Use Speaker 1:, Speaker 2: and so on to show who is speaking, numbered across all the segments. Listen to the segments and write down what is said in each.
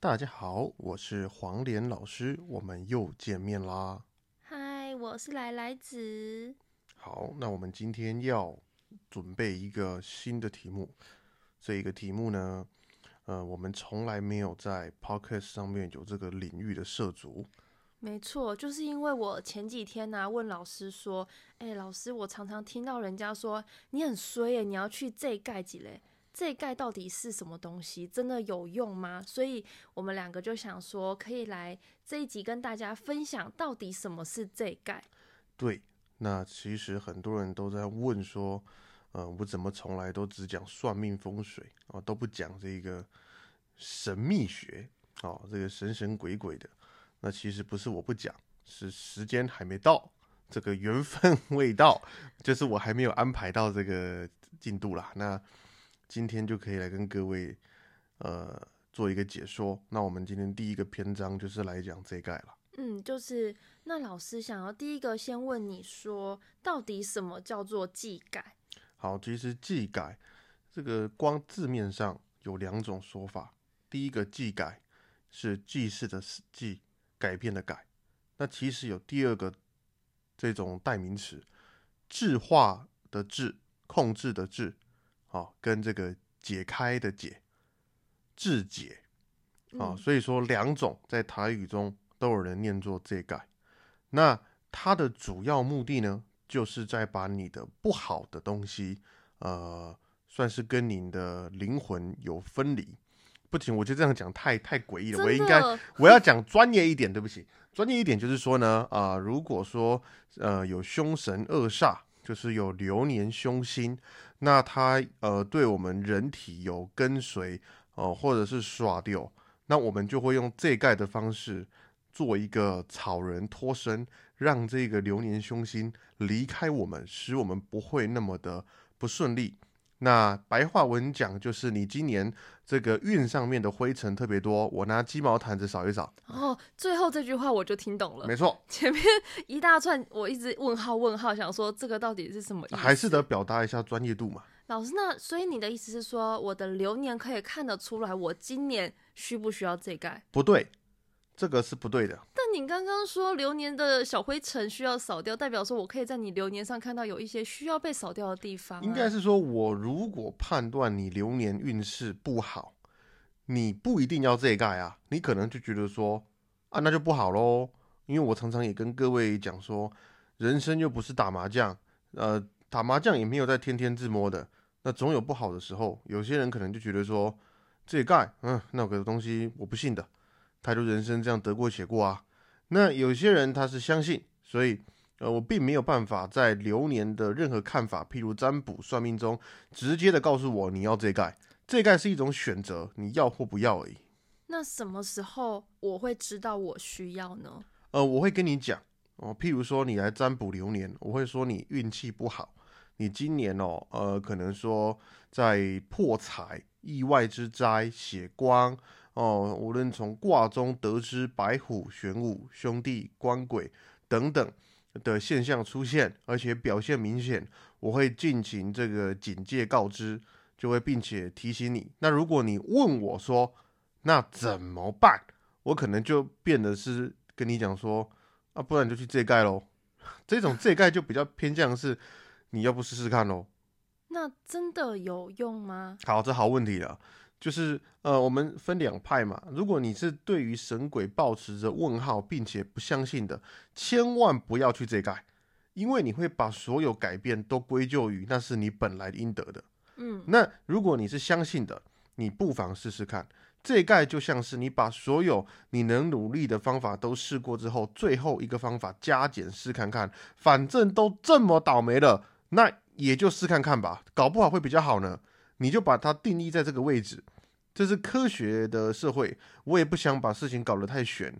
Speaker 1: 大家好，我是黄连老师，我们又见面啦。
Speaker 2: 嗨，我是来来子。
Speaker 1: 好，那我们今天要准备一个新的题目。这一个题目呢，呃，我们从来没有在 podcast 上面有这个领域的涉足。
Speaker 2: 没错，就是因为我前几天呢、问老师说，哎、老师，我常常听到人家说你很衰耶，你要去这一盖几嘞？这一盖到底是什么东西？真的有用吗？所以我们两个就想说，可以来这一集跟大家分享到底什么是这一盖。
Speaker 1: 对，那其实很多人都在问说，呃，我怎么从来都只讲算命风水啊、哦都不讲这个神秘学啊、哦这个神神鬼鬼的。那其实不是我不讲，是时间还没到，这个缘分 未到，就是我还没有安排到这个进度啦。那今天就可以来跟各位呃做一个解说。那我们今天第一个篇章就是来讲这一盖了。
Speaker 2: 嗯，就是那老师想要第一个先问你说，到底什么叫做技改？
Speaker 1: 好，其实技改这个光字面上有两种说法，第一个技改是记事的记，改变的改。那其实有第二个这种代名词，智化的智，控制的治，啊、跟这个解开的解，治解啊、
Speaker 2: 嗯
Speaker 1: 所以说两种在台语中都有人念作这改。那它的主要目的呢，就是在把你的不好的东西，呃，算是跟你的灵魂有分离。不行，我觉得这样讲太太诡异了。我应该
Speaker 2: 真的
Speaker 1: 我要讲专业一点，对不起，专业一点就是说呢，啊、如果说呃有凶神恶煞，就是有流年凶星，那它呃对我们人体有跟随哦、呃或者是耍掉，那我们就会用这盖的方式做一个草人脱身，让这个流年凶星离开我们，使我们不会那么的不顺利。那白话文讲就是，你今年这个运上面的灰尘特别多，我拿鸡毛掸子扫一扫，
Speaker 2: 哦，最后这句话我就听懂了
Speaker 1: 没。错，
Speaker 2: 前面一大串，我一直问号问号，想说这个到底是什么意思？
Speaker 1: 还是得表达一下专业度嘛。
Speaker 2: 老师那，所以你的意思是说，我的流年可以看得出来，我今年需不需要这盖？
Speaker 1: 不对，这个是不对的。
Speaker 2: 但你刚刚说流年的小灰尘需要扫掉，代表说我可以在你流年上看到有一些需要被扫掉的地方、啊。
Speaker 1: 应该是说，我如果判断你流年运势不好，你不一定要这一盖啊，你可能就觉得说啊，那就不好喽。因为我常常也跟各位讲说，人生又不是打麻将，呃，打麻将也没有在天天自摸的，那总有不好的时候。有些人可能就觉得说，这一盖，嗯，那个东西我不信的，他就人生这样得过且过啊。那有些人他是相信，所以呃，我并没有办法在流年的任何看法，譬如占卜、算命中，直接的告诉我你要这盖，这盖是一种选择，你要或不要而已。
Speaker 2: 那什么时候我会知道我需要呢？
Speaker 1: 呃，我会跟你讲哦，譬如说你来占卜流年，我会说你运气不好，你今年哦，呃，可能说在破财、意外之灾、血光哦，无论从卦中得知白虎、玄武、兄弟、官鬼等等的现象出现，而且表现明显，我会进行这个警戒告知，就会并且提醒你。那如果你问我说，那怎么办？我可能就变得是跟你讲说，啊，不然你就去这盖喽。这种这盖就比较偏向是，你要不试试看喽。
Speaker 2: 那真的有用吗？
Speaker 1: 好，这好问题了，就是呃，我们分两派嘛。如果你是对于神鬼抱持着问号并且不相信的，千万不要去这盖，因为你会把所有改变都归咎于那是你本来应得的。
Speaker 2: 嗯，
Speaker 1: 那如果你是相信的，你不妨试试看。这一概就像是你把所有你能努力的方法都试过之后，最后一个方法加减试看看，反正都这么倒霉了，那也就试看看吧，搞不好会比较好呢。你就把它定义在这个位置，这是科学的社会，我也不想把事情搞得太悬。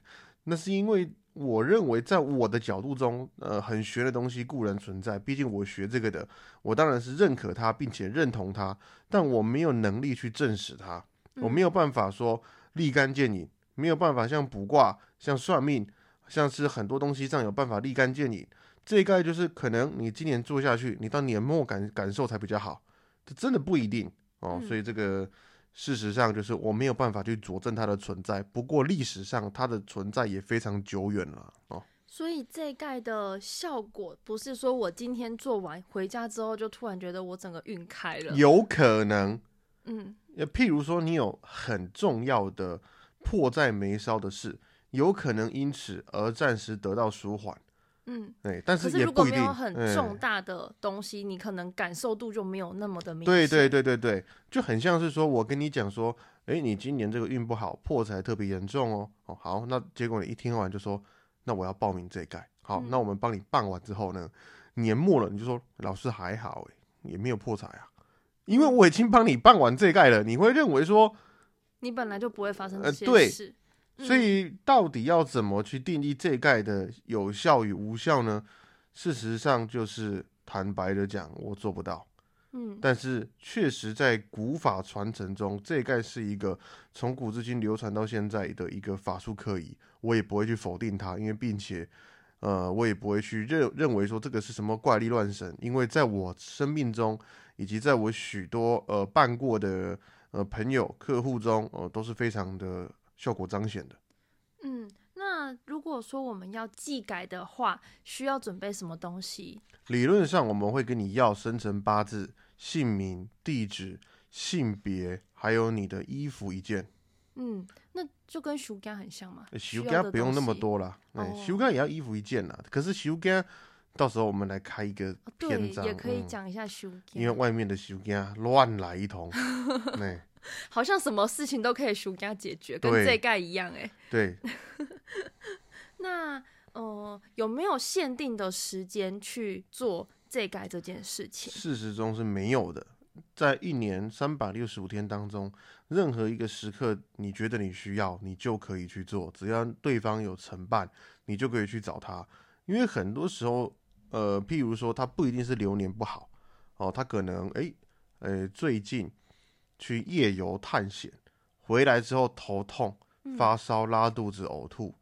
Speaker 1: 那是因为我认为，在我的角度中，呃，很玄的东西固然存在，毕竟我学这个的，我当然是认可它，并且认同它，但我没有能力去证实它，
Speaker 2: 嗯
Speaker 1: 我没有办法说立竿见影，没有办法像卜卦、像算命、像是很多东西上有办法立竿见影。这一概就是可能你今年做下去，你到年末感感受才比较好，这真的不一定哦。
Speaker 2: 嗯
Speaker 1: 所以这个事实上就是我没有办法去佐证它的存在，不过历史上它的存在也非常久远了哦。
Speaker 2: 所以这一盖的效果不是说我今天做完回家之后就突然觉得我整个晕开了，
Speaker 1: 有可能，
Speaker 2: 嗯，
Speaker 1: 呃，譬如说你有很重要的迫在眉梢的事，有可能因此而暂时得到舒缓，
Speaker 2: 嗯。
Speaker 1: 哎，但
Speaker 2: 可
Speaker 1: 也
Speaker 2: 如果
Speaker 1: 不一
Speaker 2: 没
Speaker 1: 定。
Speaker 2: 有很
Speaker 1: 哎
Speaker 2: 重大的东西，你可能感受度就没有那么的明显。
Speaker 1: 对对对对对，就很像是说我跟你讲说，哎，你今年这个运不好，破财特别严重哦。哦，好，那结果你一听完就说，那我要报名这一盖。好，
Speaker 2: 嗯
Speaker 1: 那我们帮你办完之后呢，年末了你就说老师还好诶，也没有破财啊，因为我已经帮你办完这一盖了，你会认为说，
Speaker 2: 你本来就不会发生
Speaker 1: 呃
Speaker 2: 这些
Speaker 1: 对
Speaker 2: 事。嗯
Speaker 1: 所以到底要怎么去定义这一盖的有效与无效呢？事实上就是坦白的讲，我做不到。
Speaker 2: 嗯，
Speaker 1: 但是确实在古法传承中，这概是一个从古至今流传到现在的一个法术课仪，我也不会去否定它，因为并且，呃，我也不会去认认为说这个是什么怪力乱神，因为在我生命中，以及在我许多呃办过的呃朋友客户中，呃都是非常的效果彰显的。
Speaker 2: 嗯，那如果说我们要技改的话，需要准备什么东西？
Speaker 1: 理论上我们会跟你要生辰八字、姓名、地址、性别，还有你的衣服一件。
Speaker 2: 嗯，那就跟暑假很像嘛。需
Speaker 1: 呃修
Speaker 2: 要
Speaker 1: 干
Speaker 2: 的
Speaker 1: 不用那么
Speaker 2: 东西
Speaker 1: 多啦，哎，
Speaker 2: 哦
Speaker 1: 修干也要衣服一件啦。可是修干，到时候我们来开一个
Speaker 2: 哦对
Speaker 1: 篇，章，
Speaker 2: 也可以
Speaker 1: 嗯
Speaker 2: 讲一下暑假，
Speaker 1: 因为外面的修干乱来一 通，哎，
Speaker 2: 好像什么事情都可以暑假解决，跟
Speaker 1: 对
Speaker 2: 这盖一样哎、
Speaker 1: 对，
Speaker 2: 那呃，有没有限定的时间去做这盖这件事情？
Speaker 1: 事实中是没有的。在一年三百六十五天当中，任何一个时刻你觉得你需要，你就可以去做，只要对方有承办，你就可以去找他。因为很多时候，呃，譬如说他不一定是流年不好哦，他可能诶呃最近去夜游探险，回来之后头痛、
Speaker 2: 嗯
Speaker 1: 发烧、拉肚子、呕吐，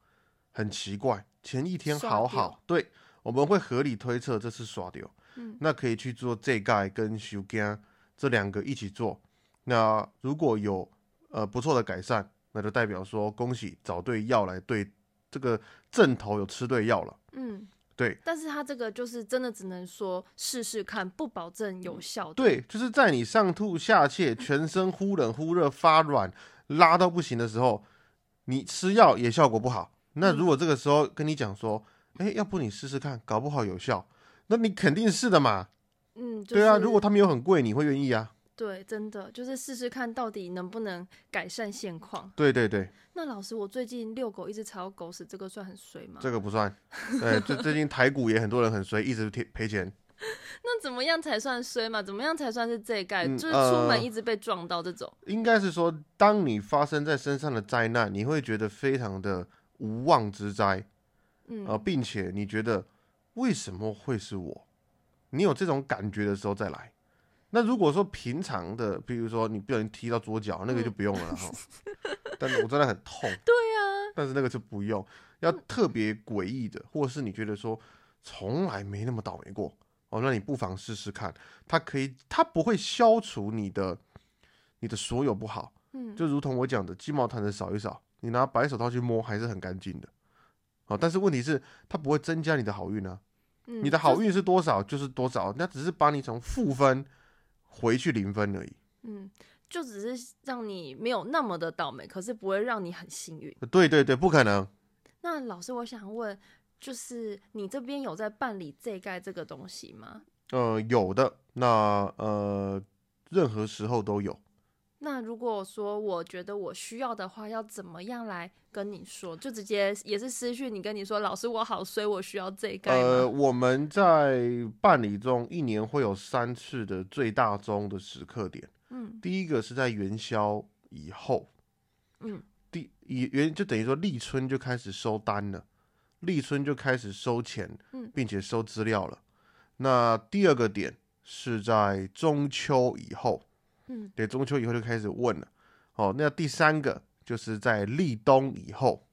Speaker 1: 很奇怪。前一天
Speaker 2: 刷
Speaker 1: 好
Speaker 2: 掉
Speaker 1: 好，对，我们会合理推测这是耍丢。
Speaker 2: 嗯，
Speaker 1: 那可以去做这盖跟修干这两个一起做。那如果有呃不错的改善，那就代表说恭喜找对药来对这个正头有吃对药了。
Speaker 2: 嗯，
Speaker 1: 对。
Speaker 2: 但是他这个就是真的只能说试试看，不保证有效的。
Speaker 1: 对，就是在你上吐下泻、全身忽冷忽热、发软、拉到不行的时候，你吃药也效果不好。那如果这个时候跟你讲说，哎、要不你试试看，搞不好有效，那你肯定是的嘛。
Speaker 2: 嗯，就是、
Speaker 1: 对啊，如果它没有很贵，你会愿意啊？
Speaker 2: 对，真的就是试试看到底能不能改善现况。
Speaker 1: 对对对。
Speaker 2: 那老师，我最近遛狗一直踩到狗屎，这个算很衰吗？
Speaker 1: 这个不算。对，最最近台股也很多人很衰，一直贴赔钱。
Speaker 2: 那怎么样才算衰嘛？怎么样才算是这一盖？
Speaker 1: 嗯
Speaker 2: 就是出
Speaker 1: 呃
Speaker 2: 门一直被撞到这种。
Speaker 1: 应该是说，当你发生在身上的灾难，你会觉得非常的无妄之灾
Speaker 2: 嗯，
Speaker 1: 啊、呃并且你觉得为什么会是我？你有这种感觉的时候再来。那如果说平常的，比如说你不小心踢到左脚，那个就不用了啦哈。但是我真的很痛。嗯 对啊。但是那个就不用，要特别诡异的，或是你觉得说从来没那么倒霉过哦，那你不妨试试看。它可以，它不会消除你的你的所有不好。
Speaker 2: 嗯
Speaker 1: 就如同我讲的，鸡毛掸子扫一扫，你拿白手套去摸还是很干净的。哦，但是问题是，它不会增加你的好运啊。
Speaker 2: 嗯
Speaker 1: 你的
Speaker 2: 就
Speaker 1: 好
Speaker 2: 是
Speaker 1: 运是多少就是多少，那只是把你从负分回去零分而已。
Speaker 2: 嗯，就只是让你没有那么的倒霉，可是不会让你很幸运。
Speaker 1: 对对对，不可能。
Speaker 2: 那老师，我想问，就是你这边有在办理这一盖这个东西吗？
Speaker 1: 呃，有的，那呃，任何时候都有。
Speaker 2: 那如果说我觉得我需要的话，要怎么样来跟你说？就直接也是私讯你跟你说，老师我好衰，我需要这一盖
Speaker 1: 呃，
Speaker 2: 吗？
Speaker 1: 我们在办理中，一年会有三次的最大宗的时刻点。
Speaker 2: 嗯
Speaker 1: 第一个是在元宵以后，
Speaker 2: 嗯，
Speaker 1: 第以元就等于说立春就开始收单了，立春就开始收钱，
Speaker 2: 嗯
Speaker 1: 并且收资料了。那第二个点是在中秋以后，
Speaker 2: 嗯，
Speaker 1: 对，中秋以后就开始问了。哦，那第三个就是在立冬以后，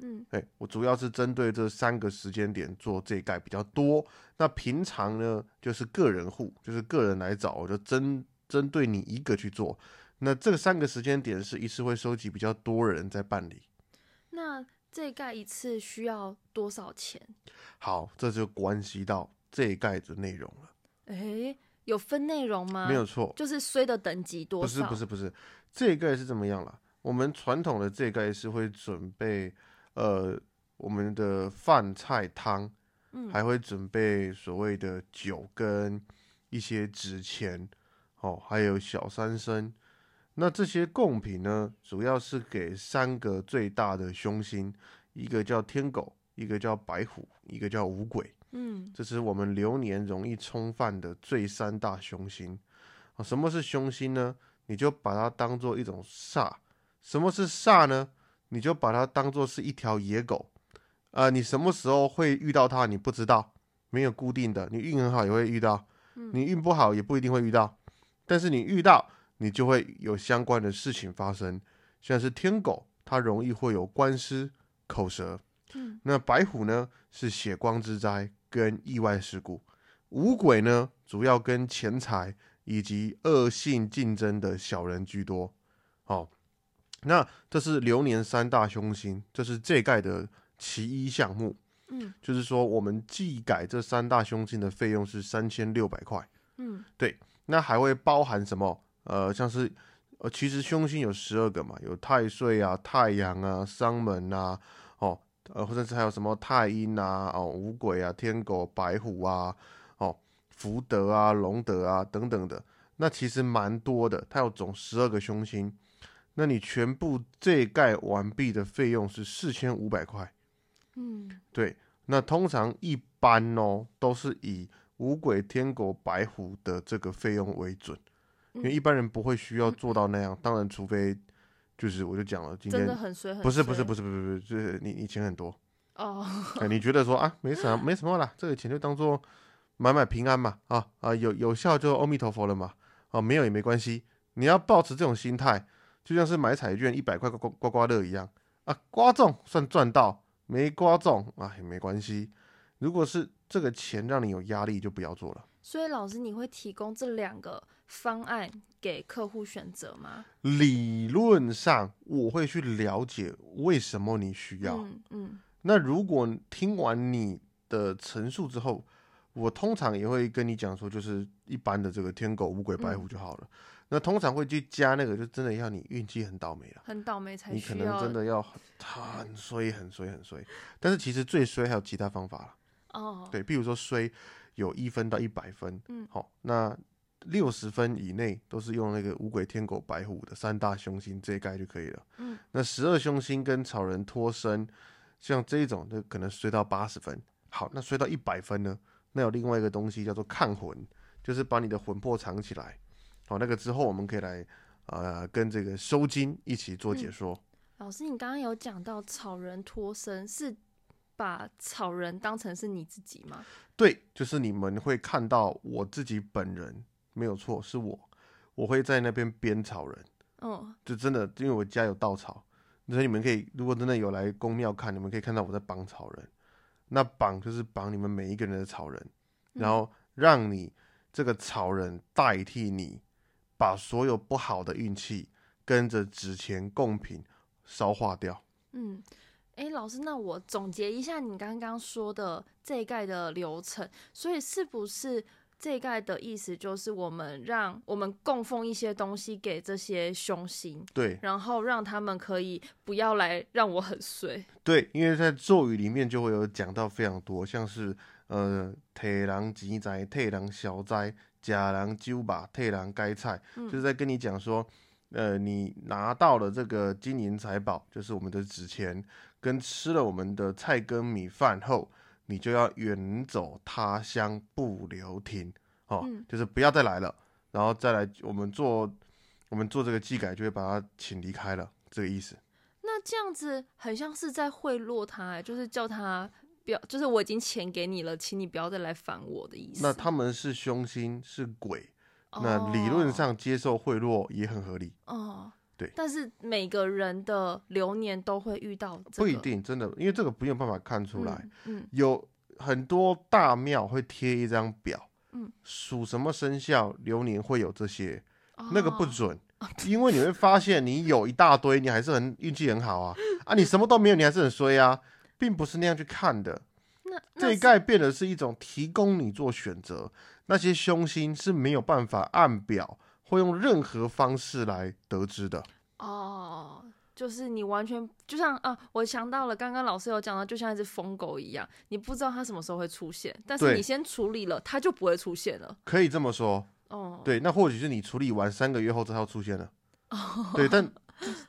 Speaker 2: 嗯，
Speaker 1: 哎，我主要是针对这三个时间点做这一盖比较多。那平常呢，就是个人户，就是个人来找，我就针针对你一个去做。那这三个时间点是一次会收集比较多人在办理。
Speaker 2: 那这盖一次需要多少钱？
Speaker 1: 好，这就关系到这一盖的内容了，
Speaker 2: 诶，有分内容吗？
Speaker 1: 没有，错。
Speaker 2: 就是衰的等级多
Speaker 1: 不是
Speaker 2: 少？
Speaker 1: 不
Speaker 2: 是，
Speaker 1: 是不是，这一盖是怎么样了？我们传统的这一盖是会准备，呃，我们的饭菜汤，
Speaker 2: 嗯，
Speaker 1: 还会准备所谓的酒跟一些纸钱，哦，还有小三生。那这些贡品呢，主要是给三个最大的凶星，一个叫天狗，一个叫白虎，一个叫五鬼。
Speaker 2: 嗯，
Speaker 1: 这是我们流年容易冲犯的最三大凶星。啊，什么是凶星呢？你就把它当做一种煞。什么是煞呢？你就把它当做是一条野狗。啊，你什么时候会遇到它？你不知道，没有固定的。你运很好也会遇到，你运不好也不一定会遇到。但是你遇到，你就会有相关的事情发生。像是天狗，它容易会有官司、口舌。
Speaker 2: 嗯
Speaker 1: 那白虎呢是血光之灾跟意外事故，五鬼呢主要跟钱财以及恶性竞争的小人居多。哦，那这是流年三大凶星，这是这盖的其一项目。
Speaker 2: 嗯，
Speaker 1: 就是说我们技改这三大凶星的费用是三千六百块。
Speaker 2: 嗯，
Speaker 1: 那还会包含什么？呃，像是呃，其实凶星有十二个嘛，有太岁啊、太阳啊、伤门啊，哦，呃，或者是还有什么太阴啊、哦、五鬼啊、天狗、白虎啊、哦、福德啊、龙德啊等等的。那其实蛮多的，它有总十二个凶星。那你全部这盖完毕的费用是四千五百块。
Speaker 2: 嗯，
Speaker 1: 对，那通常一般哦，都是以五鬼、天狗、白虎的这个费用为准，因为
Speaker 2: 嗯
Speaker 1: 一般人不会需要做到那样。当然，除非就是我就讲了，今
Speaker 2: 真的
Speaker 1: 天
Speaker 2: 很衰，很
Speaker 1: 不是不是
Speaker 2: 衰
Speaker 1: 不是不是不是，就是你你钱很多，
Speaker 2: 哦，
Speaker 1: 哎，你觉得说啊没啥没什么啦，这个钱就当做买买平安嘛，啊啊有有效就阿弥陀佛了嘛，啊没有也没关系，你要保持这种心态，就像是买彩券一百块刮刮刮刮乐一样啊，刮中算赚到，没刮中啊也没关系。如果是这个钱让你有压力，就不要做了。
Speaker 2: 所以老师你会提供这两个方案给客户选择吗？
Speaker 1: 理论上我会去了解为什么你需要，
Speaker 2: 嗯嗯
Speaker 1: 那如果听完你的陈述之后，我通常也会跟你讲说，就是一般的这个天狗、五鬼、白虎就好了。那通常会去加那个，就真的要你运气很倒霉了，
Speaker 2: 很倒霉才
Speaker 1: 你可
Speaker 2: 需
Speaker 1: 能
Speaker 2: 要
Speaker 1: 真的要很很衰、很衰、很衰。但是其实最衰还有其他方法啦，
Speaker 2: 哦，
Speaker 1: 对，比如说衰有一分到一百分，
Speaker 2: 嗯
Speaker 1: 好、那六十分以内都是用那个五鬼、天狗、白虎的三大凶星这一概就可以了。
Speaker 2: 嗯，
Speaker 1: 那十二凶星跟草人脱身，像这一种，那可能衰到八十分。好，那衰到一百分呢？那有另外一个东西叫做抗魂，就是把你的魂魄藏起来。好，那个之后我们可以来呃跟这个收金一起做
Speaker 2: 嗯
Speaker 1: 解说。
Speaker 2: 老师你刚刚有讲到草人脱身是把草人当成是你自己吗？
Speaker 1: 对，就是你们会看到我自己本人，没有错，是我，我会在那边编草人。
Speaker 2: 嗯，
Speaker 1: 就真的，因为我家有稻草，所以你们可以，如果真的有来公庙看，你们可以看到我在绑草人。那绑就是绑你们每一个人的草人，然后让你这个草人代替你，把所有不好的运气跟着纸钱贡品烧化掉。
Speaker 2: 嗯，诶，老师，那我总结一下你刚刚说的这一概的流程，所以是不是这一概的意思就是我们让我们供奉一些东西给这些凶星，
Speaker 1: 对
Speaker 2: 然后让他们可以不要来让我很衰？
Speaker 1: 对，因为在咒语里面就会有讲到非常多，像是呃，铁狼吉灾、铁狼小灾、假狼揪把、铁狼该菜，
Speaker 2: 嗯
Speaker 1: 就是在跟你讲说，呃，你拿到了这个金银财宝，就是我们的纸钱，跟吃了我们的菜跟米饭后，你就要远走他乡不留停，哦，
Speaker 2: 嗯
Speaker 1: 就是不要再来了，然后再来我们做我们做这个祭改，就会把它请离开了，这个意思。
Speaker 2: 那这样子很像是在贿赂他、欸就是叫他不要，就是我已经钱给你了，请你不要再来烦我的意思。
Speaker 1: 那他们是凶星是鬼，那理论
Speaker 2: 哦
Speaker 1: 上接受贿赂也很合理。
Speaker 2: 哦，
Speaker 1: 对
Speaker 2: 但是每个人的流年都会遇到、这个，
Speaker 1: 不一定真的，因为这个没有办法看出来。
Speaker 2: 嗯。嗯，
Speaker 1: 有很多大庙会贴一张表，
Speaker 2: 嗯，
Speaker 1: 属什么生肖流年会有这些，那个不
Speaker 2: 哦
Speaker 1: 准，因为你会发现你有一大堆，你还是很运气很好啊啊，你什么都没有，你还是很衰啊，并不是那样去看的。
Speaker 2: 那
Speaker 1: 这
Speaker 2: 那
Speaker 1: 一
Speaker 2: 是
Speaker 1: 概变得是一种提供你做选择，那些凶星是没有办法按表或用任何方式来得知的。
Speaker 2: 哦，就是你完全就像啊，我想到了，刚刚老师有讲到，就像一只疯狗一样，你不知道它什么时候会出现，但是
Speaker 1: 对
Speaker 2: 你先处理了，它就不会出现了。
Speaker 1: 可以这么说，
Speaker 2: 哦，
Speaker 1: 对，那或许是你处理完三个月后，这套出现了。
Speaker 2: 哦
Speaker 1: 对， 但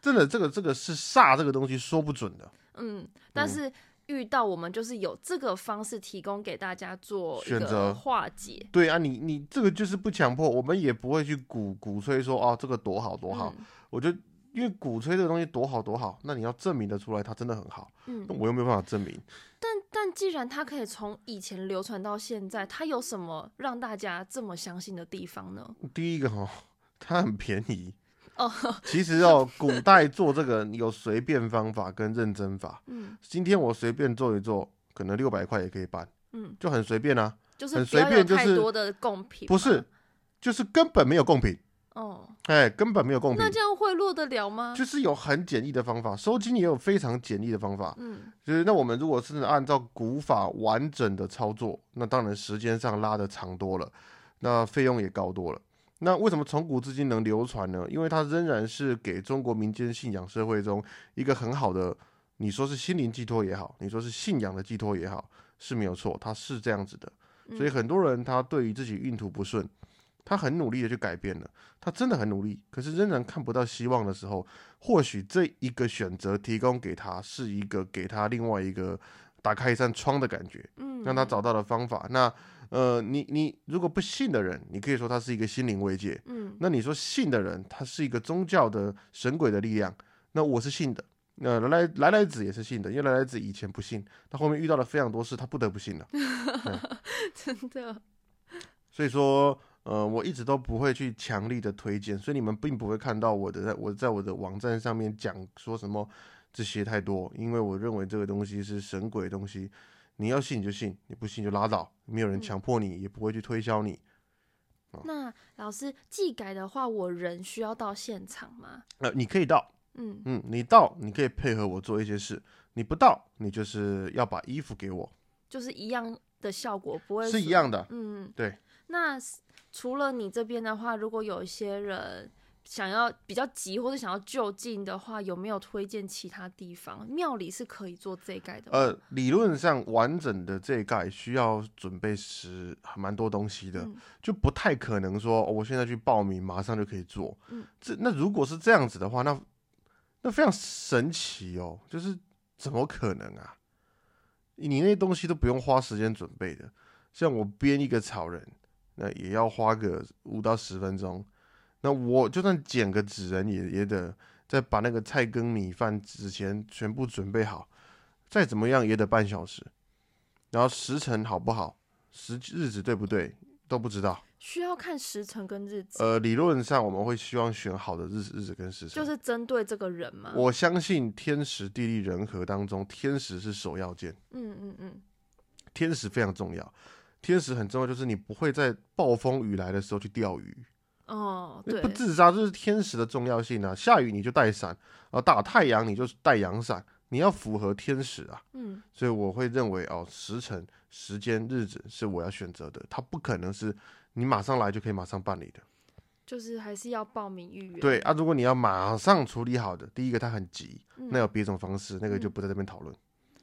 Speaker 1: 真的这个这个是煞这个东西说不准的
Speaker 2: 嗯，但是遇到我们就是有这个方式提供给大家做一
Speaker 1: 选择
Speaker 2: 个化解。
Speaker 1: 对啊，你你这个就是不强迫，我们也不会去鼓鼓吹说哦这个多好多好，
Speaker 2: 嗯
Speaker 1: 我就因为鼓吹这个东西多好多好，那你要证明得出来它真的很好，
Speaker 2: 嗯
Speaker 1: 那我又没有办法证明。
Speaker 2: 但既然它可以从以前流传到现在，它有什么让大家这么相信的地方呢？
Speaker 1: 第一个哈、 它很便宜。
Speaker 2: 哦，
Speaker 1: 其实哦，古代做这个有随便方法跟认真法。
Speaker 2: 嗯
Speaker 1: 今天我随便做一做，可能六百块也可以办，
Speaker 2: 嗯，
Speaker 1: 就很随便啊。
Speaker 2: 就是
Speaker 1: 很
Speaker 2: 不要
Speaker 1: 随
Speaker 2: 有
Speaker 1: 便就
Speaker 2: 太
Speaker 1: 是
Speaker 2: 多的贡品嘛，
Speaker 1: 不是，就是根本没有贡品，
Speaker 2: 哦，
Speaker 1: 哎，根本没有贡品
Speaker 2: 那，这样会落得了吗？
Speaker 1: 就是有很简易的方法，收金也有非常简易的方法。
Speaker 2: 嗯
Speaker 1: 就是那我们如果是按照古法完整的操作，那当然时间上拉的长多了，那费用也高多了。那为什么从古至今能流传呢？因为它仍然是给中国民间信仰社会中一个很好的，你说是心灵寄托也好，你说是信仰的寄托也好，是没有错，它是这样子的。
Speaker 2: 嗯
Speaker 1: 所以很多人他对于自己运途不顺，他很努力的去改变了，他真的很努力，可是仍然看不到希望的时候，或许这一个选择提供给他是一个给他另外一个打开一扇窗的感觉，
Speaker 2: 嗯，
Speaker 1: 让他找到了方法。那呃，你你如果不信的人，你可以说他是一个心灵慰藉；
Speaker 2: 嗯
Speaker 1: 那你说信的人，他是一个宗教的神鬼的力量。那我是信的。那来来来来子也是信的，因为来来子以前不信，他后面遇到了非常多事，他不得不信了。
Speaker 2: 真的，
Speaker 1: 所以说，呃，我一直都不会去强力的推荐，所以你们并不会看到我的在我在我的网站上面讲说什么这些太多，因为我认为这个东西是神鬼的东西，你要信你就信，你不信就拉倒，没有人
Speaker 2: 嗯
Speaker 1: 强迫你，也不会去推销你。
Speaker 2: 那老师技改的话，我人需要到现场吗？
Speaker 1: 呃，你可以到，
Speaker 2: 嗯，
Speaker 1: 嗯，你到，你可以配合我做一些事。你不到，你就是要把衣服给我，
Speaker 2: 就是一样的效果，不会
Speaker 1: 是一
Speaker 2: 说
Speaker 1: 样的。
Speaker 2: 嗯，
Speaker 1: 对。
Speaker 2: 那 s- 除了你这边的话，如果有一些人想要比较急或者想要就近的话，有没有推荐其他地方？庙里是可以做这一盖的吗，
Speaker 1: 呃，理论上完整的这一盖需要准备十还蛮多东西的，
Speaker 2: 嗯
Speaker 1: 就不太可能说、哦我现在去报名马上就可以做。
Speaker 2: 嗯
Speaker 1: 这那如果是这样子的话，那那非常神奇哦，就是怎么可能啊？你那些东西都不用花时间准备的，像我编一个草人，那也要花个五到十分钟。那我就算剪个纸人也，也得在把那个菜羹米饭纸钱全部准备好，再怎么样也得半小时。然后时辰好不好，时日子对不对都不知道。
Speaker 2: 需要看时辰跟日子，
Speaker 1: 呃，理论上我们会希望选好的日日子跟时辰。
Speaker 2: 就是针对这个人嘛。
Speaker 1: 我相信天时地利人和当中，天时是首要件，
Speaker 2: 嗯嗯嗯，
Speaker 1: 天时非常重要。天时很重要，就是你不会在暴风雨来的时候去钓鱼，
Speaker 2: 哦，
Speaker 1: 那
Speaker 2: 对
Speaker 1: 不，自杀，这是天时的重要性啊。下雨你就带伞，啊，打太阳你就带阳伞，你要符合天时啊。
Speaker 2: 嗯
Speaker 1: 所以我会认为哦，时辰、时间、日子是我要选择的，它不可能是你马上来就可以马上办理的。
Speaker 2: 就是还是要报名预约。
Speaker 1: 对，啊，如果你要马上处理好的，第一个它很急，
Speaker 2: 嗯
Speaker 1: 那有别种方式，那个就不在这边讨论。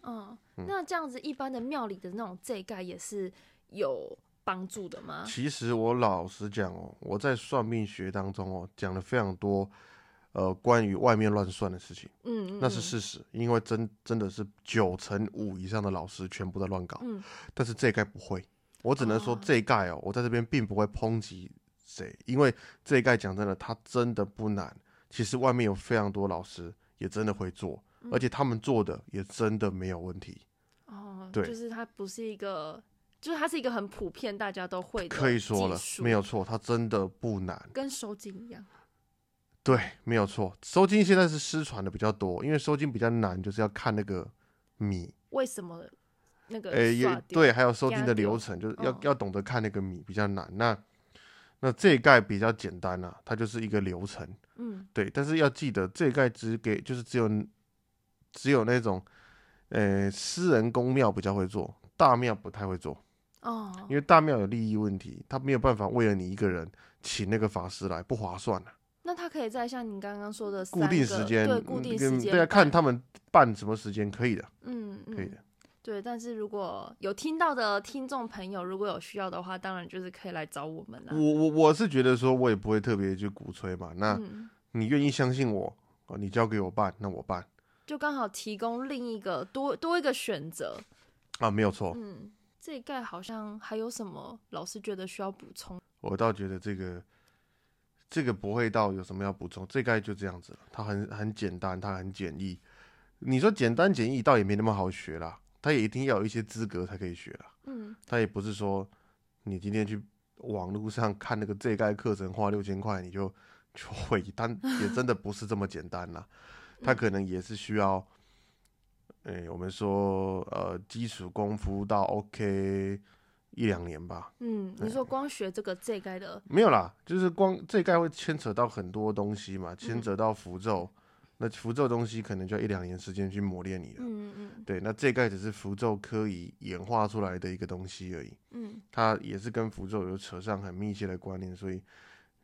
Speaker 2: 嗯，那这样子一般的庙里的那种这一盖也是有帮助的吗？
Speaker 1: 其实我老实讲哦，我在算命学当中哦，讲了非常多，呃，关于外面乱算的事情，
Speaker 2: 嗯，嗯
Speaker 1: 那是。事实，因为真真的是九成五以上的老师全部在乱搞，
Speaker 2: 嗯
Speaker 1: 但是这一概不会，我只能说
Speaker 2: 哦
Speaker 1: 这一概哦，我在这边并不会抨击谁，因为这一概讲真的，它真的不难。其实外面有非常多老师也真的会做，
Speaker 2: 嗯
Speaker 1: 而且他们做的也真的没有问题。
Speaker 2: 哦，
Speaker 1: 对
Speaker 2: 就是它不是一个，就是它是一个很普遍大家都会的，
Speaker 1: 可以说了，没
Speaker 2: 有，
Speaker 1: 有错，它真的不难。
Speaker 2: 跟手紧一样。
Speaker 1: 对，没有错。收金现在是失传的比较多，因为收金比较难，就是要看那个米，
Speaker 2: 为什么那个
Speaker 1: 诶，也
Speaker 2: 刷掉？
Speaker 1: 对，还有收金啊
Speaker 2: 压
Speaker 1: 的
Speaker 2: 掉
Speaker 1: 流程，就是要、
Speaker 2: 嗯
Speaker 1: 要懂得看那个米比较难。那那这一盖比较简单啊，它就是一个流程。
Speaker 2: 嗯，
Speaker 1: 对，但是要记得这一盖只给就是只有只有那种，呃，私人公庙比较会做，大庙不太会做，
Speaker 2: 哦，
Speaker 1: 因为大庙有利益问题，他没有办法为了你一个人请那个法师来，不划算啊。
Speaker 2: 那他可以在像你刚刚说的
Speaker 1: 固
Speaker 2: 三
Speaker 1: 定
Speaker 2: 个
Speaker 1: 时间，
Speaker 2: 对，固定时
Speaker 1: 嗯
Speaker 2: 间，
Speaker 1: 对啊，看，他们办什么时间可以的，
Speaker 2: 嗯，嗯
Speaker 1: 可以的。
Speaker 2: 对，但是如果有听到的听众朋友，如果有需要的话，当然就是可以来找我们啦。
Speaker 1: 我我我是觉得说，我也不会特别去鼓吹嘛。那
Speaker 2: 嗯，
Speaker 1: 你愿意相信我，哦你交给我办，那我办
Speaker 2: 就刚好提供另一个多多一个选择。
Speaker 1: 啊，没有错。
Speaker 2: 嗯，这一盖好像还有什么老师觉得需要补充？
Speaker 1: 我倒觉得这个这个不会到有什么要补充，这概就这样子了。它很很简单，它很简易。你说简单简易，倒也没那么好学啦。它也一定要有一些资格才可以学啦。
Speaker 2: 嗯，
Speaker 1: 它也不是说你今天去网络上看那个这概课程花六千块你就就会，但也真的不是这么简单啦。
Speaker 2: 嗯
Speaker 1: 它可能也是需要，诶、我们说呃基础功夫到 OK 一两年吧。
Speaker 2: 嗯，
Speaker 1: 哎
Speaker 2: 你说光学这个这一盖的，
Speaker 1: 没有啦，就是光这一概会牵扯到很多东西嘛，牵
Speaker 2: 嗯
Speaker 1: 扯到符咒，那符咒东西可能就要一两年时间去磨练你了。
Speaker 2: 嗯嗯
Speaker 1: 对，那这一概只是符咒科仪演化出来的一个东西而已，
Speaker 2: 嗯
Speaker 1: 它也是跟符咒有扯上很密切的关联，所以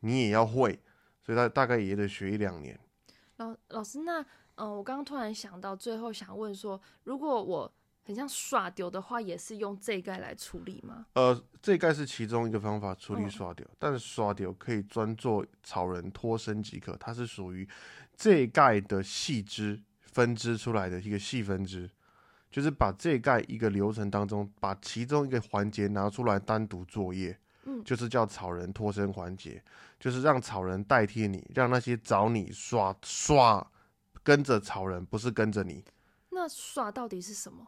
Speaker 1: 你也要会，所以它大概也得学一两年。
Speaker 2: 老老师，那嗯、呃我刚刚突然想到，最后想问说，如果我很像耍丢的话，也是用这一盖来处理吗？
Speaker 1: 呃，这一概是其中一个方法处理
Speaker 2: 嗯
Speaker 1: 刷丢，但是刷丢可以专做草人脱身即可，它是属于这一概的细支分支出来的一个细分支，就是把这一概一个流程当中，把其中一个环节拿出来单独作业，
Speaker 2: 嗯
Speaker 1: 就是叫草人脱身环节，就是让草人代替你，让那些找你刷刷跟着草人，不是跟着你，
Speaker 2: 那耍到底是什么？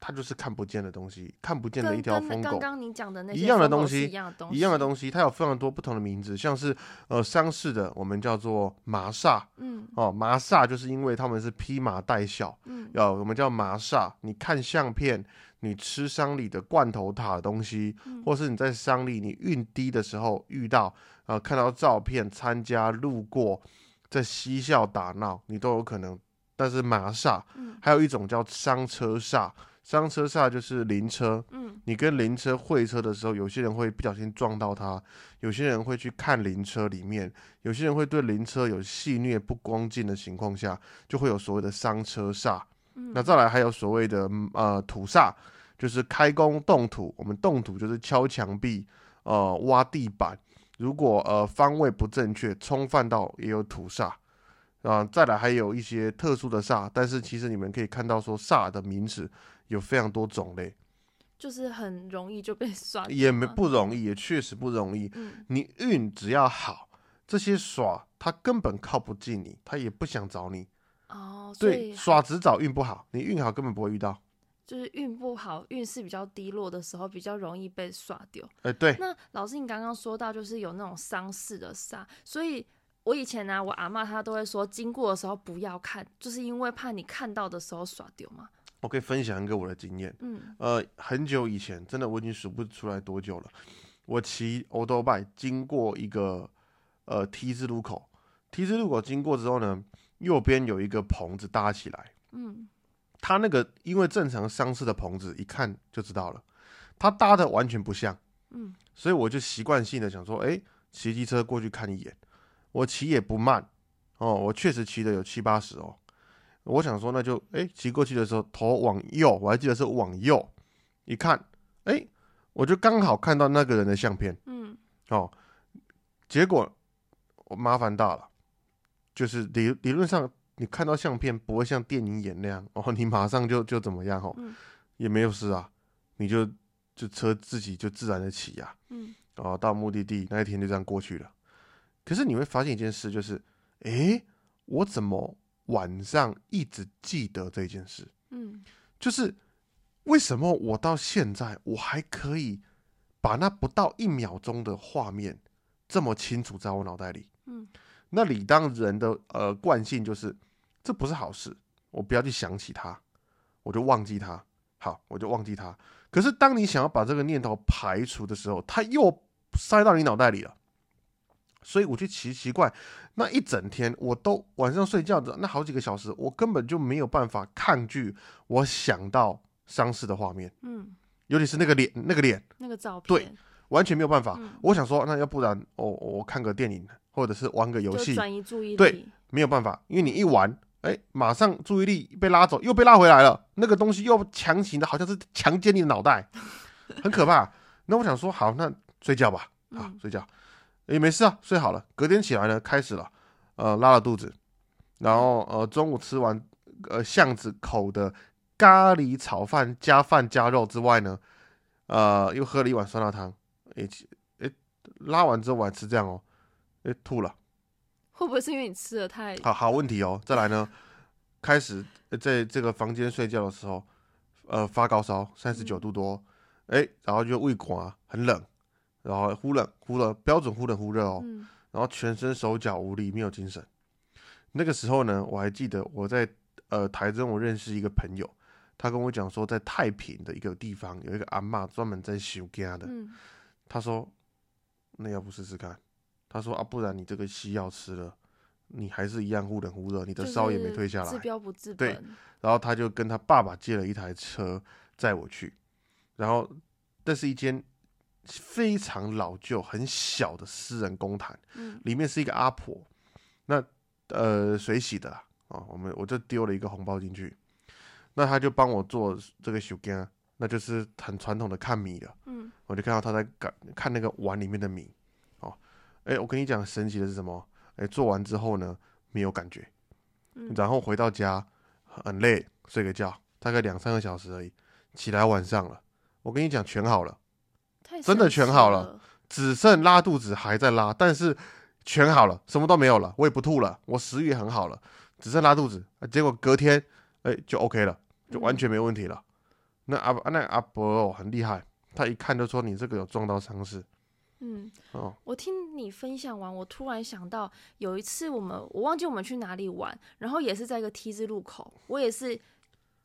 Speaker 1: 他就是看不见的东西，看不见的一
Speaker 2: 跟
Speaker 1: 条
Speaker 2: 跟
Speaker 1: 疯
Speaker 2: 刚
Speaker 1: 狗。
Speaker 2: 刚你讲的那
Speaker 1: 一
Speaker 2: 些
Speaker 1: 样的
Speaker 2: 疯狗
Speaker 1: 东
Speaker 2: 是
Speaker 1: 西
Speaker 2: 一样的东西，
Speaker 1: 一样的东西，它有非常多不同的名字，像是呃丧事的，我们叫做麻煞
Speaker 2: 嗯
Speaker 1: 哦，麻煞就是因为他们是披麻戴孝，
Speaker 2: 嗯
Speaker 1: 要、我们叫麻煞。你看相片，你吃丧礼的罐头塔的东西，
Speaker 2: 嗯
Speaker 1: 或是你在丧礼你运滴的时候遇到呃看到照片、参加、路过，在嬉笑打闹，你都有可能。但是麻煞，
Speaker 2: 嗯
Speaker 1: 还有一种叫伤车煞，伤车煞就是灵车，
Speaker 2: 嗯
Speaker 1: 你跟灵车会车的时候，有些人会不小心撞到他，有些人会去看灵车里面，有些人会对灵车有戏谑不恭敬的情况下，就会有所谓的伤车煞。
Speaker 2: 嗯
Speaker 1: 那再来还有所谓的嗯呃土煞，就是开工动土，我们动土就是敲墙壁，呃挖地板，如果呃方位不正确，冲犯到也有土煞。啊、再来还有一些特殊的煞，但是其实你们可以看到说煞的名词有非常多种类，
Speaker 2: 就是很容易就被耍掉
Speaker 1: 也没
Speaker 2: 嘛
Speaker 1: 不容易，也确实不容易。
Speaker 2: 啊嗯
Speaker 1: 你运只要好，这些耍他根本靠不近你，他也不想找你。
Speaker 2: 哦，所
Speaker 1: 对，
Speaker 2: 以
Speaker 1: 耍只找运不好，你运好根本不会遇到。
Speaker 2: 就是运不好，运势比较低落的时候，比较容易被耍掉。
Speaker 1: 哎、对，
Speaker 2: 那老师，你刚刚说到就是有那种丧事的煞，所以我以前呢、啊我阿嬷她都会说，经过的时候不要看，就是因为怕你看到的时候耍丢嘛。
Speaker 1: 我可以分享一个我的经验。
Speaker 2: 嗯
Speaker 1: 呃，很久以前，真的我已经数不出来多久了。我骑欧多拜经过一个呃 T 字路口，T 字路口经过之后呢，右边有一个棚子搭起来，
Speaker 2: 嗯
Speaker 1: 它那个因为正常丧事的棚子，一看就知道了，它搭的完全不像。
Speaker 2: 嗯
Speaker 1: 所以我就习惯性的想说，哎，骑机车过去看一眼，我骑也不慢，哦，我确实骑的有七八十哦，我想说那就，哎，骑过去的时候头往右，我还记得是往右，一看，哎，我就刚好看到那个人的相片
Speaker 2: 嗯，
Speaker 1: 哦，结果我麻烦大了，就是理理论上你看到相片不会像电影演那样，哦，你马上就就怎么样哦，
Speaker 2: 嗯
Speaker 1: 也没有事啊，你就就车自己就自然的骑呀、
Speaker 2: 嗯
Speaker 1: 哦，到目的地那一天就这样过去了。可是你会发现一件事，就是，诶，我怎么晚上一直记得这件事？
Speaker 2: 嗯
Speaker 1: 就是为什么我到现在我还可以把那不到一秒钟的画面这么清楚在我脑袋里？
Speaker 2: 嗯
Speaker 1: 那理当人的呃惯性就是，这不是好事，我不要去想起它，我就忘记它。好，我就忘记它。可是当你想要把这个念头排除的时候，它又塞到你脑袋里了。所以我就奇奇怪，那一整天我都晚上睡觉的那好几个小时，我根本就没有办法抗拒我想到丧事的画面，
Speaker 2: 嗯，
Speaker 1: 尤其是那个脸，那个脸
Speaker 2: 那个照片，
Speaker 1: 对完全没有办法。
Speaker 2: 嗯
Speaker 1: 我想说，那要不然我、我看个电影，或者是玩个游
Speaker 2: 就
Speaker 1: 戏，
Speaker 2: 转移注意力，
Speaker 1: 对没有办法，因为你一玩，哎，马上注意力被拉走，又被拉回来了，那个东西又强行的，好像是强奸你的脑袋，很可怕。那我想说，好，那睡觉吧，啊
Speaker 2: 嗯，
Speaker 1: 睡觉，也没事啊，睡好了。隔天起来呢，开始了，呃，拉了肚子，然后呃，中午吃完呃巷子口的咖喱炒饭加饭加肉之外呢，呃，又喝了一碗酸辣汤，诶其诶，拉完之后我还吃这样哦，诶，吐了。
Speaker 2: 会不会是因为你吃的太
Speaker 1: 好好问题哦。再来呢，开始呃在这个房间睡觉的时候，呃，发高烧，三十九
Speaker 2: 嗯
Speaker 1: 度多，哎、然后就胃寒，很冷，然后忽冷忽热，标准忽冷忽热哦，
Speaker 2: 嗯
Speaker 1: 然后全身手脚无力，没有精神。那个时候呢，我还记得我在呃台中，我认识一个朋友，他跟我讲说，在太平的一个地方有一个阿嬷专门在修家的，
Speaker 2: 嗯
Speaker 1: 他说：“那要不试试看？”他说：“啊，不然你这个西药吃了，你还是一样忽冷忽热，你的
Speaker 2: 就是
Speaker 1: 烧也没退下来。
Speaker 2: 治标不治
Speaker 1: 对
Speaker 2: 本，
Speaker 1: 然后他就跟他爸爸借了一台车载我去，然后这是一间非常老旧、很小的私人公坛，
Speaker 2: 嗯
Speaker 1: 里面是一个阿婆，那呃水洗的啦啊、我们我就丢了一个红包进去，那他就帮我做这个手羹，那就是很传统的看米了。
Speaker 2: 嗯，
Speaker 1: 我就看到他在看看那个碗里面的米，哦，哎，我跟你讲，神奇的是什么？哎，做完之后呢，没有感觉，
Speaker 2: 嗯
Speaker 1: 然后回到家很累，睡个觉，大概两三个小时而已，起来晚上了，我跟你讲，全好了，
Speaker 2: 太
Speaker 1: 真的
Speaker 2: 神
Speaker 1: 全
Speaker 2: 奇
Speaker 1: 好了
Speaker 2: 了，
Speaker 1: 只剩拉肚子还在拉，但是全好了，什么都没有了，我也不吐了，我食欲也很好了，只剩拉肚子，啊结果隔天，哎，就 OK 了，就完全没问题了。那阿伯那阿伯、哦、很厉害，他一看就说你这个有撞到伤势
Speaker 2: 嗯。嗯
Speaker 1: 哦。
Speaker 2: 我听你分享完，我突然想到有一次我们我忘记我们去哪里玩，然后也是在一个 T 字路口，我也是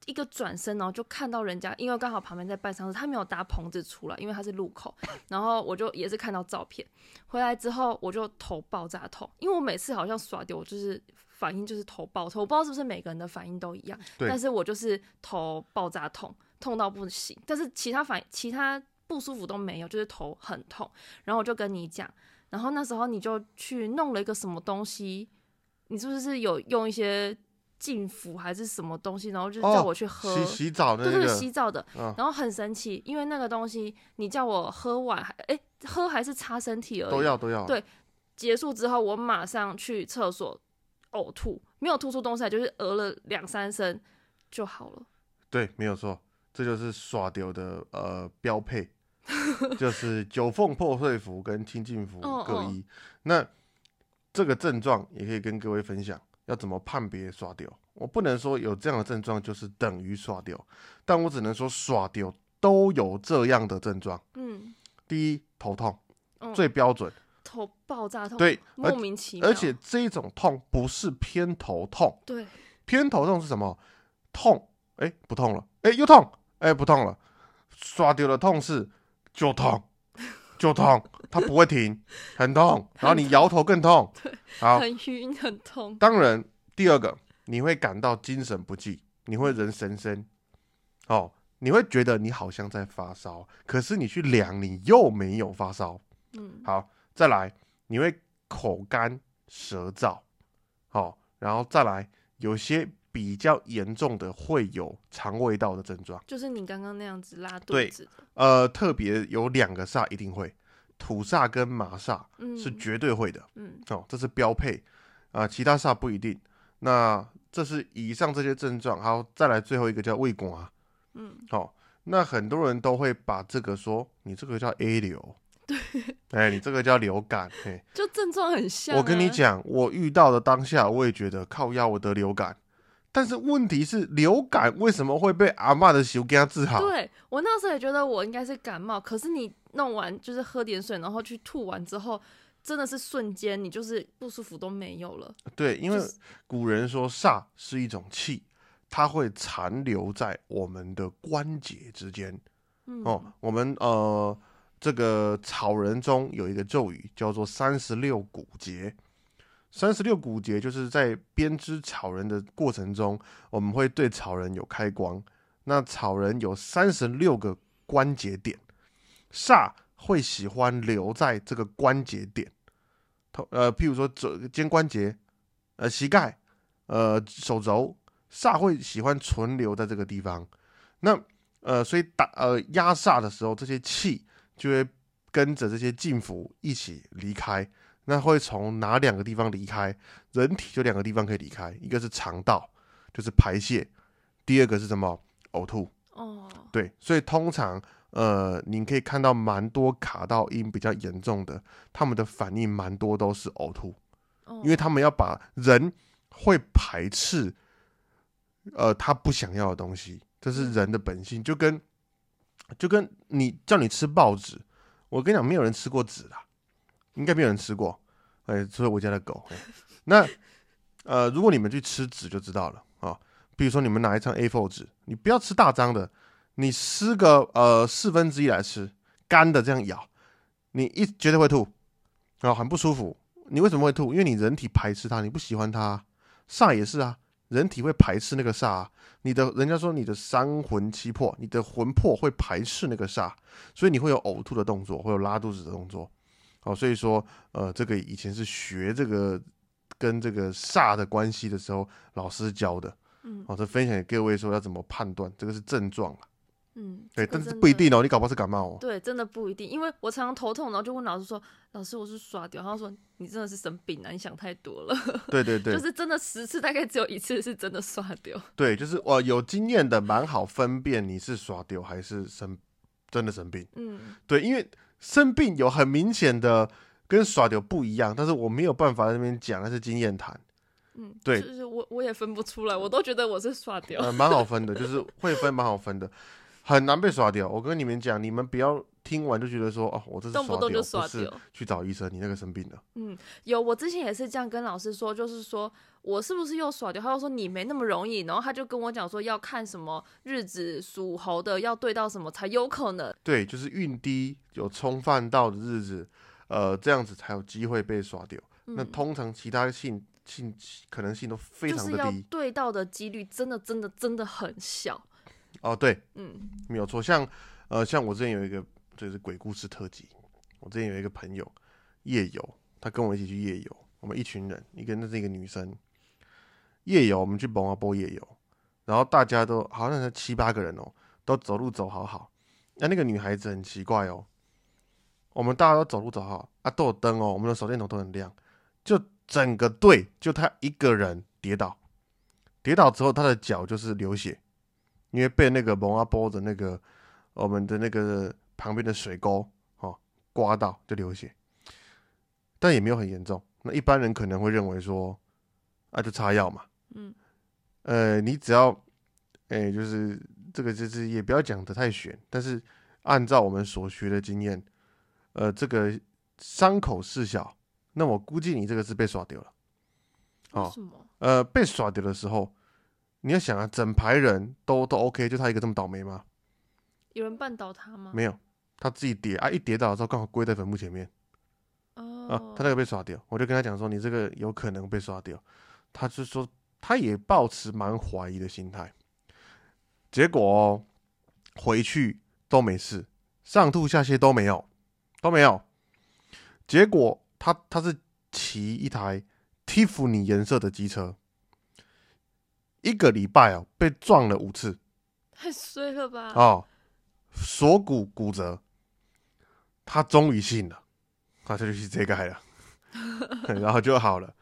Speaker 2: 一个转身，然后就看到人家，因为刚好旁边在办丧事，他没有搭棚子出来，因为他是路口，然后我就也是看到照片，回来之后我就头爆炸痛，因为我每次好像耍丢就是。反应就是头爆痛，我不知道是不是每个人的反应都一样，
Speaker 1: 对
Speaker 2: 但是我就是头爆炸痛，痛到不行，但是其他反其他不舒服都没有，就是头很痛，然后我就跟你讲，然后那时候你就去弄了一个什么东西，你是不是有用一些净肤还是什么东西，然后就
Speaker 1: 哦
Speaker 2: 叫我去喝，
Speaker 1: 洗洗澡的
Speaker 2: 对
Speaker 1: 那
Speaker 2: 对，
Speaker 1: 个，
Speaker 2: 洗澡的，
Speaker 1: 嗯
Speaker 2: 然后很神奇，因为那个东西你叫我喝完，还哎喝还是擦身体而已，
Speaker 1: 都要都要。
Speaker 2: 对结束之后，我马上去厕所呕吐，没有吐出东西来，就是呃了两三声就好了。
Speaker 1: 对，没有错，这就是耍丢的呃标配， 就是九凤破碎符跟清净符
Speaker 2: 哦
Speaker 1: 各
Speaker 2: 哦
Speaker 1: 一。那这个症状也可以跟各位分享，要怎么判别耍丢？我不能说有这样的症状就是等于耍丢，但我只能说耍丢都有这样的症状。
Speaker 2: 嗯，
Speaker 1: 第一，头痛，
Speaker 2: 嗯
Speaker 1: 最标准，
Speaker 2: 头爆炸痛，，
Speaker 1: 对，而
Speaker 2: 莫名其妙，
Speaker 1: 而且这种痛不是偏头痛，
Speaker 2: 对，
Speaker 1: 偏头痛是什么？痛，哎、不痛了，哎、又痛，哎、不痛了。刷丢的痛是就痛，就痛，它不会停，很痛。然后你摇头更痛。好，
Speaker 2: 很晕很痛，
Speaker 1: 当然第二个你会感到精神不济，你会人神神，哦，你会觉得你好像在发烧，可是你去量你又没有发烧。
Speaker 2: 嗯
Speaker 1: 好，再来，你会口干舌燥，好、然后再来，有些比较严重的会有肠胃道的症状，
Speaker 2: 就是你刚刚那样子拉肚
Speaker 1: 对
Speaker 2: 子的，
Speaker 1: 呃，特别有两个煞一定会，土煞跟麻煞
Speaker 2: 嗯，
Speaker 1: 是绝对会的，
Speaker 2: 嗯
Speaker 1: 哦，这是标配啊、其他煞不一定。那这是以上这些症状，还有再来最后一个叫胃管，
Speaker 2: 嗯，
Speaker 1: 好、那很多人都会把这个说你这个叫 A 流，对，哎，你这个叫流感，嘿。
Speaker 2: 就症状很像、啊
Speaker 1: 我跟你，讲，我遇到的当下，我也觉得靠腰我得流感，但是问题是流感为什么会被阿嬷的手给它治好？
Speaker 2: 对我那时候也觉得我应该是感冒，可是你弄完就是喝点水，然后去吐完之后，真的是瞬间你就是不舒服都没有了，
Speaker 1: 对，因为
Speaker 2: 就是
Speaker 1: 古人说煞是一种气，它会哦残留在我们的关节之间。
Speaker 2: 嗯
Speaker 1: 哦，我们呃这个草人中有一个咒语叫做三十六骨节。三十六骨节就是在编织草人的过程中，我们会对草人有开光。那草人有三十六个关节点，煞会喜欢留在这个关节点，头呃，譬如说肘肩关节、呃膝盖、呃手肘，煞会喜欢存留在这个地方。那呃，所以打呃压煞的时候，这些气就会跟着这些劲符一起离开。那会从哪两个地方离开？人体就两个地方可以离开，一个是肠道，就是排泄；第二个是什么？呕吐。
Speaker 2: 哦，
Speaker 1: 对，所以通常呃，你可以看到蛮多卡到音比较严重的，他们的反应蛮多都是呕吐，
Speaker 2: 哦
Speaker 1: 因为他们要把人会排斥，呃，他不想要的东西，这是人的本性，就跟就跟你叫你吃报纸，我跟你讲，没有人吃过纸啦，应该没有人吃过，哎、除了我家的狗。哎那呃，如果你们去吃纸就知道了啊、比如说你们拿一张 A4 纸，你不要吃大张的，你撕个呃四分之一来吃，干的这样咬，你一绝对会吐，然、后很不舒服。你为什么会吐？因为你人体排斥它，你不喜欢它啊。煞也是啊，人体会排斥那个煞、啊。你的人家说你的三魂七魄，你的魂魄会排斥那个煞，所以你会有呕吐的动作，会有拉肚子的动作。哦，所以说，呃，这个以前是学这个跟这个煞的关系的时候，老师教的。
Speaker 2: 嗯
Speaker 1: 哦，这分享给各位说要怎么判断，这个是症状啦。
Speaker 2: 嗯，
Speaker 1: 对，
Speaker 2: 这个
Speaker 1: 但是
Speaker 2: 真
Speaker 1: 不一
Speaker 2: 的。
Speaker 1: 定哦，你搞不好是感冒哦。
Speaker 2: 对，真的不一定，因为我常常头痛，然后就问老师说：“老师，我是耍屌。”他说：“你真的是生病了、啊你想太多了。
Speaker 1: 对对”对
Speaker 2: 就，是真的十次大概只有一次是真的耍屌。
Speaker 1: 对，就是我有经验的，蛮好分辨你是耍丢还是生真的生病。
Speaker 2: 嗯，
Speaker 1: 对，因为生病有很明显的跟耍丢不一样，但是我没有办法在那边讲，那是经验谈，
Speaker 2: 嗯，
Speaker 1: 对
Speaker 2: 就是我我也分不出来，我都觉得我是耍屌。
Speaker 1: 呃，蛮好分的，就是会分蛮好分的，很难被耍掉。我跟你们讲，你们不要听完就觉得说哦，我这是
Speaker 2: 动不
Speaker 1: 耍
Speaker 2: 动
Speaker 1: 丢，
Speaker 2: 就耍
Speaker 1: 不是
Speaker 2: 丢
Speaker 1: 去找医生，你那个生病了。
Speaker 2: 有，我之前也是这样跟老师说，就是说我是不是又耍掉？他就说你没那么容易，然后他就跟我讲说要看什么日子属猴的要对到什么才有可能。
Speaker 1: 对，就是运低有冲犯到的日子，呃，这样子才有机会被耍掉。那通常其他性性可能性都非
Speaker 2: 嗯就
Speaker 1: 常
Speaker 2: 是
Speaker 1: 的
Speaker 2: 要
Speaker 1: 低
Speaker 2: 对到的几率真的真的真的很小，
Speaker 1: 哦，对，
Speaker 2: 嗯
Speaker 1: 没有错。像呃，像我之前有一个就是鬼故事特辑，我之前有一个朋友夜游，他跟我一起去夜游，我们一群人，一个那是一个女生，夜游我们去蒙阿波夜游，然后大家都好像才七八个人哦，都走路走好好。那、那个女孩子很奇怪哦，我们大家都走路走好好啊，都有灯哦，我们的手电筒都很亮，就整个队就她一个人跌倒，跌倒之后她的脚就是流血，因为被那个蒙阿波的那个我们的那个旁边的水沟哦刮到就流血，但也没有很严重。那一般人可能会认为说，啊就擦药嘛，
Speaker 2: 嗯，
Speaker 1: 呃，你只要，哎、就是这个就是也不要讲的太玄，但是按照我们所学的经验，呃，这个伤口事小，那我估计你这个是被耍丢了。
Speaker 2: 为
Speaker 1: 哦
Speaker 2: 什么？
Speaker 1: 呃，被耍掉的时候，你要想啊，整排人都都 OK，就他一个这么倒霉吗？
Speaker 2: 有人绊倒他吗？
Speaker 1: 没有，他自己跌啊，一跌倒的时候刚好跪在坟墓前面啊
Speaker 2: 哦，，
Speaker 1: 他那个被刷掉，我就跟他讲说，你这个有可能被刷掉，他就说他也抱持蛮怀疑的心态，结果哦、回去都没事，上吐下泻都没有，都没有，结果他他是骑一台 Tiffany 颜色的机车，一个礼拜哦被撞了五次。
Speaker 2: 太衰了吧！
Speaker 1: 哦，锁骨骨折，他终于信了，他就去遮 盖了，然后就好了。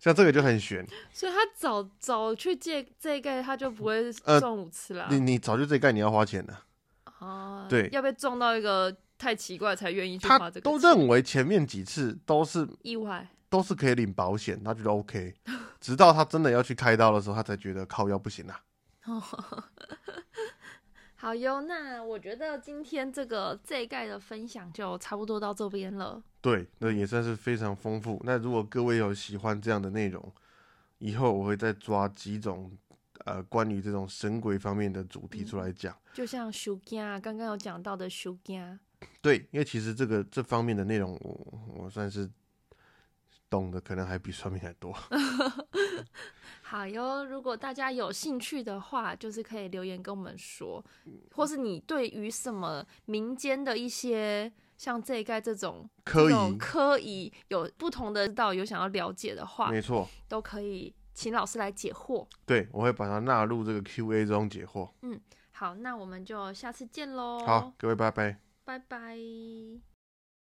Speaker 1: 像这个就很悬，
Speaker 2: 所以他早早去借这一盖，他就不会
Speaker 1: 呃
Speaker 2: 撞五次啦。
Speaker 1: 你你早就遮盖，你要花钱的。
Speaker 2: 哦，
Speaker 1: 对
Speaker 2: 要被撞到一个太奇怪才愿意去
Speaker 1: 他
Speaker 2: 花这个
Speaker 1: 都
Speaker 2: 钱
Speaker 1: 认为前面几次都是
Speaker 2: 意外，
Speaker 1: 都是可以领保险，他觉得 OK，直到他真的要去开刀的时候，他才觉得靠腰不行啊。
Speaker 2: 好哟，那我觉得今天这个这一盖的分享就差不多到这边了。
Speaker 1: 对，那也算是非常丰富。那如果各位有喜欢这样的内容，以后我会再抓几种呃关
Speaker 2: 嗯
Speaker 1: 于这种神鬼方面的主题出来讲。
Speaker 2: 啊就像修家刚刚有讲到的修家，啊
Speaker 1: 对，因为其实这个这方面的内容我，我算是懂的，可能还比算命还多。
Speaker 2: 好哟，如果大家有兴趣的话，就是可以留言跟我们说，或是你对于什么民间的一些像这一概这种
Speaker 1: 科
Speaker 2: 这种
Speaker 1: 仪，
Speaker 2: 科仪有不同的知道有想要了解的话，
Speaker 1: 没错，
Speaker 2: 都可以请老师来解惑。
Speaker 1: 对我会把它纳入这个 Q&A 中解惑。
Speaker 2: 好，那我们就下次见喽，
Speaker 1: 好，各位拜拜。
Speaker 2: 拜拜。